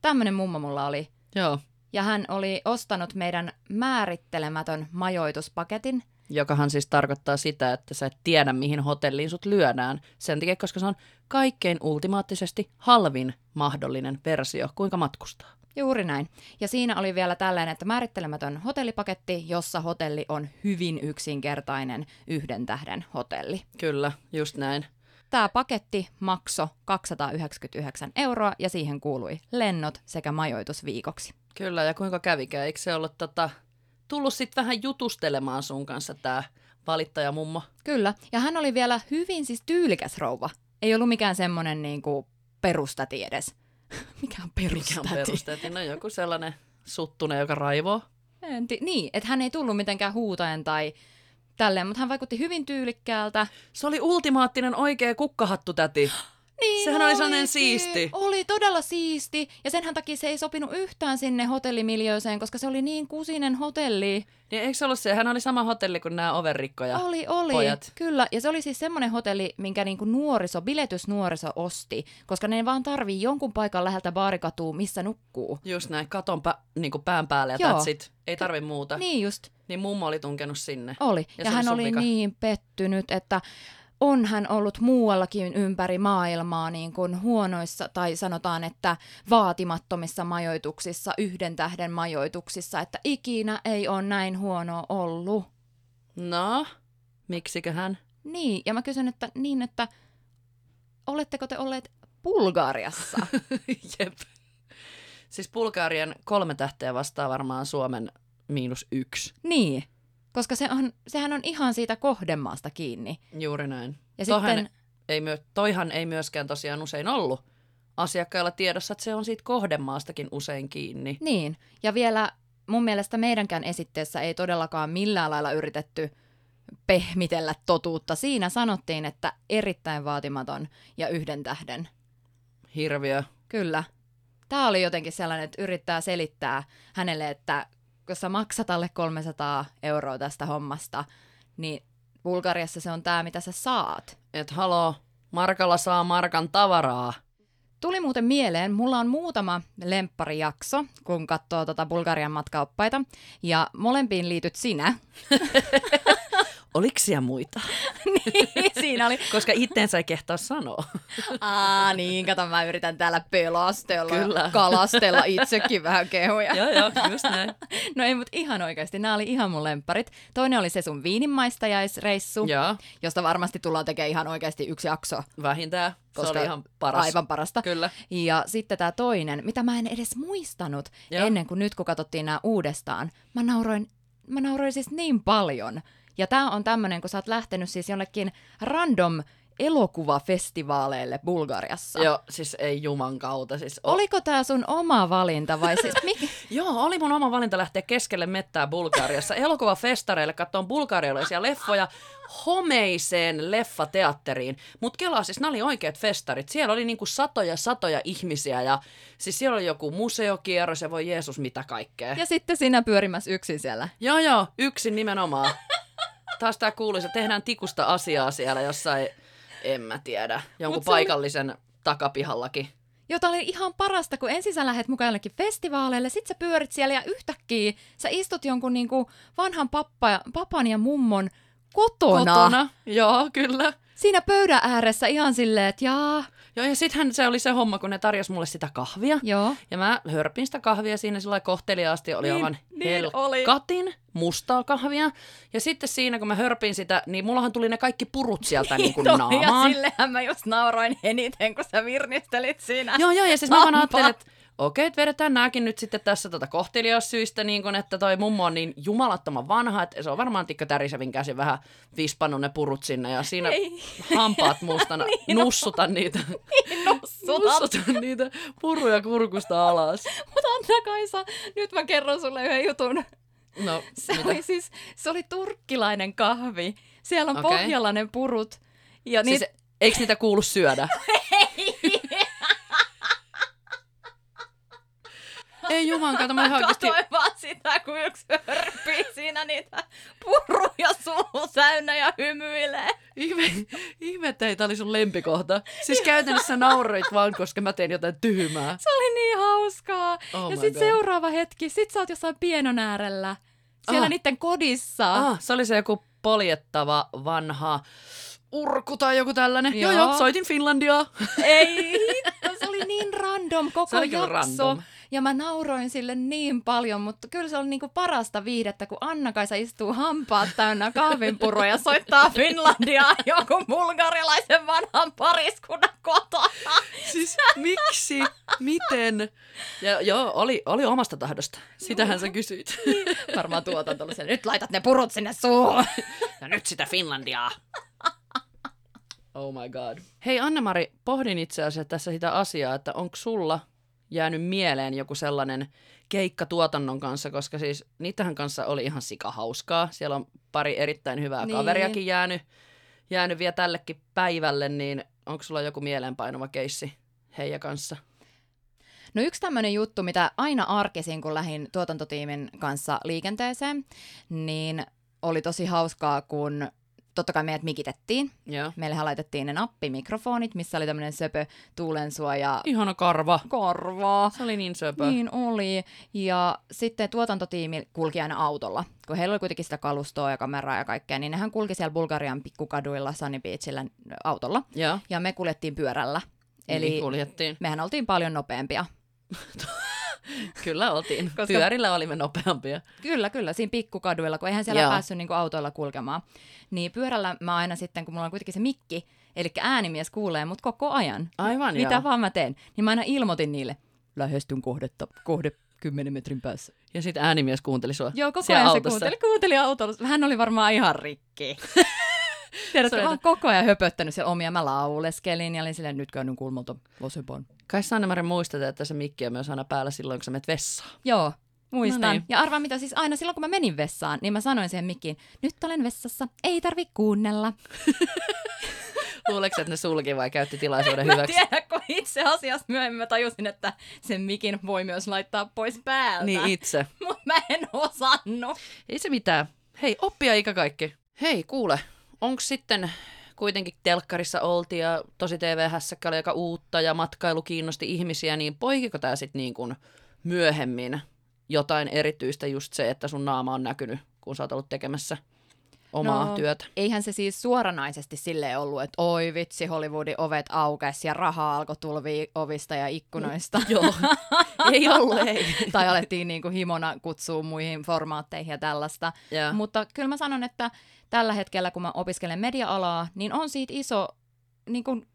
tämmönen mummo mulla oli. Joo. Ja hän oli ostanut meidän määrittelemätön majoituspaketin. Jokahan siis tarkoittaa sitä, että sä et tiedä, mihin hotelliin sut lyödään. Sen takia, koska se on kaikkein ultimaattisesti halvin mahdollinen versio, kuinka matkustaa. Juuri näin. Ja siinä oli vielä tällainen, että määrittelemätön hotellipaketti, jossa hotelli on hyvin yksinkertainen yhden tähden hotelli. Kyllä, just näin. Tämä paketti maksoi 299 euroa ja siihen kuului lennot sekä majoitus viikoksi. Kyllä, ja kuinka kävikään? Eikö se ollut tota, tullut sitten vähän jutustelemaan sun kanssa tämä valittajamummo? Kyllä, ja hän oli vielä hyvin siis tyylikäs rouva. Ei ollut mikään semmoinen niinku perustati edes. Mikä on perustati? Mikä on perusteet? No joku sellainen suttune, joka raivoo. En ti- niin, että hän ei tullut mitenkään huutaen tai tälleen, mutta hän vaikutti hyvin tyylikkäältä. Se oli ultimaattinen oikea kukkahattu täti. Niin Sehän oli sellainen olikin. siisti. Oli todella siisti. Ja senhän takia se ei sopinut yhtään sinne hotellimiljööseen, koska se oli niin kusinen hotelli. Niin eikö se ollut se? Hän oli sama hotelli kuin nämä overrikkoja. oli, oli. pojat. Kyllä. Ja se oli siis semmoinen hotelli, minkä niinku nuoriso, biletysnuoriso osti, koska ne vaan tarvii jonkun paikan läheltä baarikatua, missä nukkuu. Just näin, katon pä, niin kuin pään päälle ja Joo. that's it. Ei tarvi muuta. Niin. Niin just. niin mummo oli tunkenut sinne. Oli. Ja Ja, ja se oli hän sun oli vika. niin pettynyt, että on hän ollut muuallakin ympäri maailmaa niin kuin huonoissa tai sanotaan, että vaatimattomissa majoituksissa, yhden tähden majoituksissa, että ikinä ei ole näin huono ollut. No, miksiköhän? Niin, ja mä kysyn, että niin, että oletteko te olleet Bulgariassa? Jep. Siis Bulgarian kolme tähteä vastaa varmaan Suomen miinus yksi. niin, koska se on, sehän on ihan siitä kohdemaasta kiinni. Juuri näin. Ja Tohan- sitten, Ei myö, toihan ei myöskään tosiaan usein ollut asiakkailla tiedossa, että se on siitä kohdemaastakin usein kiinni. niin, ja vielä mun mielestä meidänkään esitteessä ei todellakaan millään lailla yritetty pehmitellä totuutta. Siinä sanottiin, että erittäin vaatimaton ja yhden tähden. Hirviö. Kyllä. Tämä oli jotenkin sellainen, että yrittää selittää hänelle, että kun sä maksat alle 300 euroa tästä hommasta, niin Bulgariassa se on tämä, mitä sä saat. Et haloo, Markalla saa Markan tavaraa. Tuli muuten mieleen, mulla on muutama lempparijakso, kun katsoo tota Bulgarian matkaoppaita, ja molempiin liityt sinä. Oliks siellä muita? niin, siinä oli. Koska itteensä ei kehtaa sanoa. Aa, niin, kato, mä yritän täällä pelastella Kyllä. ja kalastella itsekin vähän kehoja. joo, joo, just näin. No ei, mutta ihan oikeasti, nämä oli ihan mun lempparit. Toinen oli se sun viininmaistajaisreissu, joo, josta varmasti tullaan tekemään ihan oikeasti yksi jakso. vähintään. Koska Koska se oli ihan paras. Aivan parasta. Kyllä. Ja sitten tämä toinen, mitä mä en edes muistanut Joo. Joo. ennen kuin nyt kun katsottiin nämä uudestaan. Mä nauroin, mä nauroin siis niin paljon. Ja tämä on tämmöinen, kun sä oot lähtenyt siis jonnekin random elokuvafestivaaleille Bulgariassa. Joo, siis ei juman kautta. Siis o- Oliko tämä sun oma valinta vai siis mikä? Joo, oli mun oma valinta lähteä keskelle mettää Bulgariassa. Elokuvafestareille katsomaan bulgarialaisia leffoja homeiseen leffateatteriin. Mutta kelaa siis, nämä oli oikeat festarit. Siellä oli niinku satoja satoja ihmisiä ja siis siellä oli joku museokierros ja voi Jeesus mitä kaikkea. Ja sitten sinä pyörimässä yksin siellä. Joo joo, yksin nimenomaan. Taas tää kuuluisa, tehdään tikusta asiaa siellä jossain, en mä tiedä, jonkun Mut se oli- paikallisen takapihallakin. Jota oli ihan parasta, kun ensin sä lähet mukaan jonnekin festivaaleille, sit sä pyörit siellä ja yhtäkkiä sä istut jonkun niinku vanhan pappa, papan ja mummon kotona. Joo, kyllä. Siinä pöydän ääressä ihan silleen, että jaa, Joo, ja sittenhän se oli se homma, kun ne tarjosi mulle sitä kahvia. joo. Ja mä hörpin sitä kahvia siinä sillä lailla kohteliaasti, oli Niin, aivan niin oli. helkatin mustaa kahvia. Ja sitten siinä, kun mä hörpin sitä, niin mullahan tuli ne kaikki purut sieltä niin kuin ja naamaan. sillehän mä just nauroin eniten, kun sä virnistelit siinä. Joo, joo, ja siis mä vaan Hampa. ajattelin, että okei, että vedetään nämäkin nyt sitten tässä tota kohteliaussyistä, niin kun, että toi mummo on niin jumalattoman vanha, että se on varmaan Tikka Tärisevin käsi vähän vispannut ne purut sinne, ja siinä Ei. hampaat mustana niin nussuta niitä, Nussutat. nussuta niitä puruja kurkusta alas. Mutta anna Kaisa, nyt mä kerron sulle yhden jutun. No, Se mitä? oli siis, se oli turkkilainen kahvi. Siellä on Okei. okay. pohjalainen purut. Ja Siis, niitä eikö niitä kuulu syödä? Ei juman kautta, mä ihan oikeasti... Katoin vaan sitä, kun yksi hörppii siinä niitä puruja suuhun säynnä ja hymyilee. Ihme, ihme, että ei tää oli sun lempikohta. Siis käytännössä nauroit vaan, koska mä tein jotain tyhmää. Se oli niin hauskaa. Oh Oh my ja sitten God. seuraava hetki, sit sä oot jossain pienon äärellä. Siellä Ah. ah. niiden kodissa. Ah, se oli se joku poljettava vanha urku tai joku tällainen. Joo, joo, Joo. soitin Finlandiaa. Ei hitto, se oli niin random koko Se oli kyllä jakso. random. Ja mä nauroin sille niin paljon, mutta kyllä se on niinku parasta viihdettä, kun Anna-Kaisa istuu hampaat täynnä kahvinpuroja ja soittaa Finlandiaa joku bulgarilaisen vanhan pariskunnan kotona. Siis miksi? Miten? Ja joo, oli, oli omasta tahdosta. Sitähän sä kysyit. Varmaan tuotanto oli se, nyt laitat ne purut sinne suuhun. Ja nyt sitä Finlandiaa. Oh my god. Hei Annemari, pohdin itse asiassa tässä sitä asiaa, että onko sulla jäänyt mieleen joku sellainen keikka tuotannon kanssa, koska siis niitähän kanssa oli ihan sikahauskaa. Siellä on pari erittäin hyvää Niin. niin. kaveriakin jäänyt, jäänyt vielä tällekin päivälle, niin onko sulla joku mieleenpainuva keissi heidän kanssa? No yksi tämmöinen juttu, mitä aina arkisin, kun lähdin tuotantotiimin kanssa liikenteeseen, niin oli tosi hauskaa, kun totta kai meidät mikitettiin. Joo. Meillähän laitettiin ne nappimikrofonit, missä oli tämmöinen söpö tuulensuoja Ihana karva. korvaa. Se oli niin söpö. Niin oli. Ja sitten tuotantotiimi kulki aina autolla, kun heillä oli kuitenkin sitä kalustoa ja kameraa ja kaikkea, niin nehän kulki siellä Bulgarian pikkukaduilla Sunny Beachillä autolla. Joo. Ja me kuljettiin pyörällä. Eli Eli kuljettiin. mehän oltiin paljon nopeampia. Kyllä oltiin. Koska- Koska... Pyörillä olimme nopeampia. Kyllä, kyllä, siinä pikkukaduilla, kun eihän siellä Joo. Joo. päässyt niin autoilla kulkemaan. Niin pyörällä mä aina sitten, kun mulla on kuitenkin se mikki, eli äänimies kuulee mut koko ajan, Aivan mitä joo. vaan mä teen, niin mä aina ilmoitin niille, lähestyn kohdetta, kohde 10 metrin päässä. Ja sitten äänimies kuunteli sua Joo, koko siellä ajan autossa. se kuunteli, kuunteli autolla. Hän oli varmaan ihan rikki. Tiedätkö, ah. Se mä oli- oon koko ajan höpöttänyt siellä omia. Mä lauleskelin ja olin silleen, nyt käännyn kulmalta vasempaan. Kai Sannemari muistat, että se mikki on myös aina päällä silloin, kun sä menet vessaan. Joo, muistan. No niin. niin. Ja arvaa mitä, siis aina silloin kun mä menin vessaan, niin mä sanoin siihen mikkiin, nyt olen vessassa, ei tarvi kuunnella. Luuleeko, että ne sulki vai käytti tilaisuuden hyväksi? tiedä, kun itse asiassa myöhemmin mä tajusin, että sen mikin voi myös laittaa pois päältä. Niin itse. Mutta mä en osannut. Ei se mitään. Hei, oppia ikä kaikki. Hei, kuule, onko sitten kuitenkin telkkarissa oltiin ja tosi TV-hässäkkä oli aika uutta ja matkailu kiinnosti ihmisiä, niin poikiko tämä sitten niin kuin myöhemmin jotain erityistä just se, että sun naama on näkynyt, kun sä oot ollut tekemässä omaa No, työtä? Eihän se siis suoranaisesti sille ollut, että oi vitsi, Hollywoodin ovet aukesi ja rahaa alkoi tulvia ovista ja ikkunoista. Joo, ei ollut, ei. tai alettiin niin kuin himona kutsua muihin formaatteihin ja tällaista. Ja. Mutta kyllä mä sanon, että tällä hetkellä, kun mä opiskelen media-alaa, niin on siitä iso niin kuin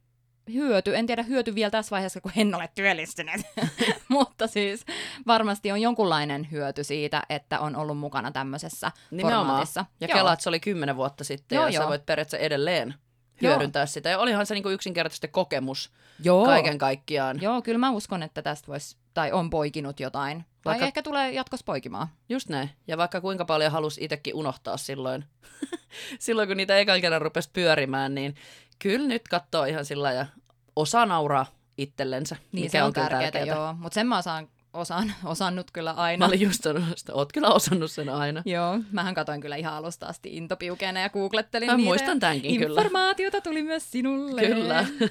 hyöty. En tiedä hyöty vielä tässä vaiheessa, kun en ole työllistynyt. Mutta siis varmasti on jonkunlainen hyöty siitä, että on ollut mukana tämmöisessä Nimenomaan. formaatissa. Ja Joo. Joo. kelaat se oli kymmenen vuotta sitten Joo, joo, ja joo. joo. sä voit periaatteessa edelleen Joo. hyödyntää joo. sitä. Ja olihan se niinku yksinkertaisesti kokemus Joo. oh. kaiken kaikkiaan. Joo, kyllä mä uskon, että tästä voisi, tai on poikinut jotain. Vaikka... Vaikka- Tai ehkä tulee jatkossa poikimaan. Just näin. Ja vaikka kuinka paljon halusi itsekin unohtaa silloin, silloin kun niitä ekan kerran rupesi pyörimään, niin kyllä nyt katsoo ihan sillä lailla ja osa nauraa itsellensä, Niin mikä se on, on kyllä tärkeää, tärkeää. joo. Mutta sen mä osaan, osaan, osannut kyllä Mä aina. olin just sanonut, että oot kyllä osannut sen aina. Joo, mähän katoin kyllä ihan alusta asti intopiukeena ja googlettelin Mä niitä. muistan tämänkin kyllä. Informaatiota tuli myös sinulle. Kyllä.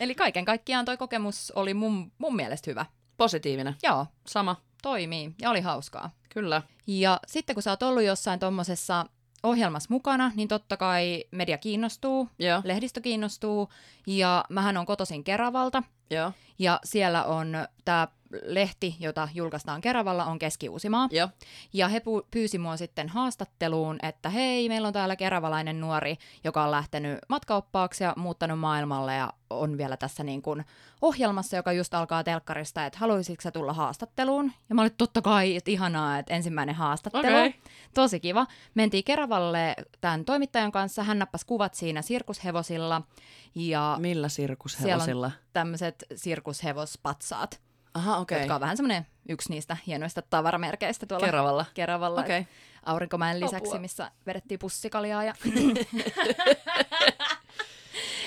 Eli kaiken kaikkiaan toi kokemus oli mun, mun mielestä hyvä. Positiivinen. Joo, Sama. toimii ja oli hauskaa. Kyllä. Ja sitten kun sä oot ollut jossain tommosessa ohjelmassa mukana, niin totta kai media kiinnostuu, Joo. lehdistö kiinnostuu ja mähän on kotoisin Keravalta Joo. ja siellä on tämä lehti, jota julkaistaan Keravalla, on Keski-Uusimaa. Joo. Ja he pu- pyysi mua sitten haastatteluun, että hei, meillä on täällä keravalainen nuori, joka on lähtenyt matkaoppaaksi ja muuttanut maailmalle ja on vielä tässä niin kuin ohjelmassa, joka just alkaa telkkarista, että haluaisitko sä tulla haastatteluun? Ja mä olin, totta kai, että ihanaa, että ensimmäinen haastattelu. Okei. Tosi kiva. Mentiin Keravalle tämän toimittajan kanssa, hän nappasi kuvat siinä sirkushevosilla ja Millä sirkushevosilla? sirkushevosilla? tämmöiset sirkushevospatsaat, Aha, okei. okay. jotka on vähän semmoinen yksi niistä hienoista tavaramerkeistä tuolla Keravalla. Keravalla. Okei. Aurinkomäen lisäksi, Apua. missä vedettiin pussikaljaa ja...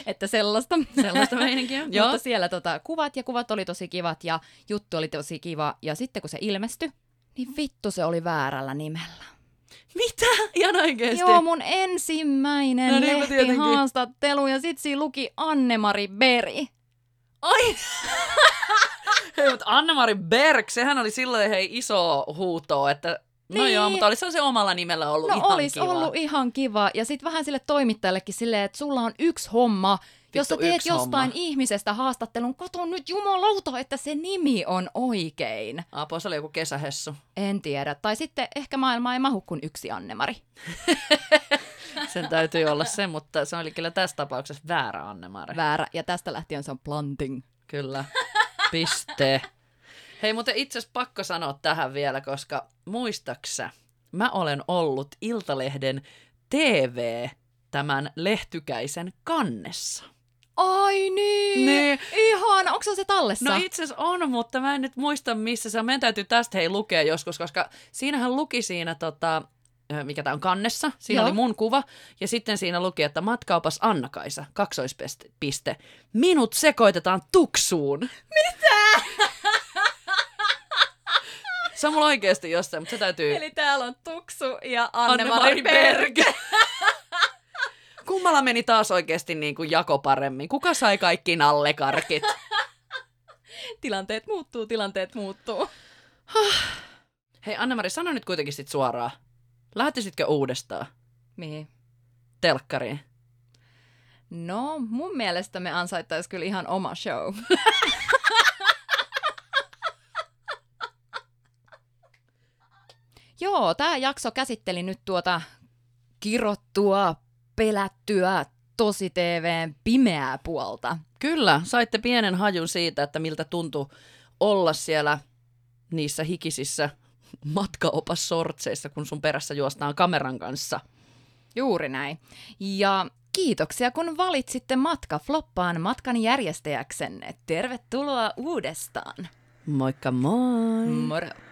että sellaista. Sellaista meininkiä. Mutta siellä tota, kuvat ja kuvat oli tosi kivat ja juttu oli tosi kiva. Ja sitten kun se ilmestyi, niin vittu se oli väärällä nimellä. Mitä? Ihan oikeesti? Joo, mun ensimmäinen niin. No no, niinpä niin, tietenkin. lehtihaastattelu ja sit siinä luki Annemari Beri. Ai! hei, mutta Anna-Mari Berg, sehän oli silloin hei iso huutoa, että no Niin. niin. joo, mutta olisi se omalla nimellä ollut No ihan olis kiva. ollut ihan kiva. Ja sit vähän sille toimittajallekin silleen, että sulla on yksi homma, jos sä Vittu, teet yksi jostain homma. ihmisestä haastattelun, kato nyt jumalauta, että se nimi on oikein. Apo, se oli joku kesähessu. En tiedä. Tai sitten ehkä maailma ei mahu kuin yksi Annemari. Sen täytyy olla se, mutta se oli kyllä tässä tapauksessa väärä Anne-Mari. Väärä. Ja tästä lähtien se on planting. Kyllä. Piste. Hei, mutta itse asiassa pakko sanoa tähän vielä, koska muistaksä, mä olen ollut Iltalehden TV tämän lehtykäisen kannessa. Ai niin, Niin. ihan, onko se tallessa? No itse asiassa on, mutta mä en nyt muista missä se on. Meidän täytyy tästä hei lukea joskus, koska siinähän luki siinä tota, ö, mikä tämä on kannessa, siinä Joo. Joo. oli mun kuva, ja sitten siinä luki, että matkaupas Anna-Kaisa, kaksoispiste, piste. minut sekoitetaan tuksuun. Mitä? Se on mulla oikeasti jostain, mutta se täytyy... Eli täällä on Tuksu ja Anne-Mari Anne-Mari Berg. Berg. Kummalla meni taas oikeasti niin kuin jako paremmin? Kuka sai kaikki nallekarkit? Tilanteet muuttuu, tilanteet muuttuu. Hei Anna-Mari, sano nyt kuitenkin sit suoraan. Lähtisitkö uudestaan Niin. Mihin? telkkariin? No, mun mielestä me ansaittaisi kyllä ihan oma show. Joo, tämä jakso käsitteli nyt tuota kirottua, pelättyä, tosi TVn pimeää puolta. Kyllä, saitte pienen hajun siitä, että miltä tuntui olla siellä niissä hikisissä matkaopassortseissa, kun sun perässä juostaan kameran kanssa. Juuri näin. Ja kiitoksia, kun valitsitte matka floppaan matkan järjestäjäksenne. Tervetuloa uudestaan. Moikka moi! Moro.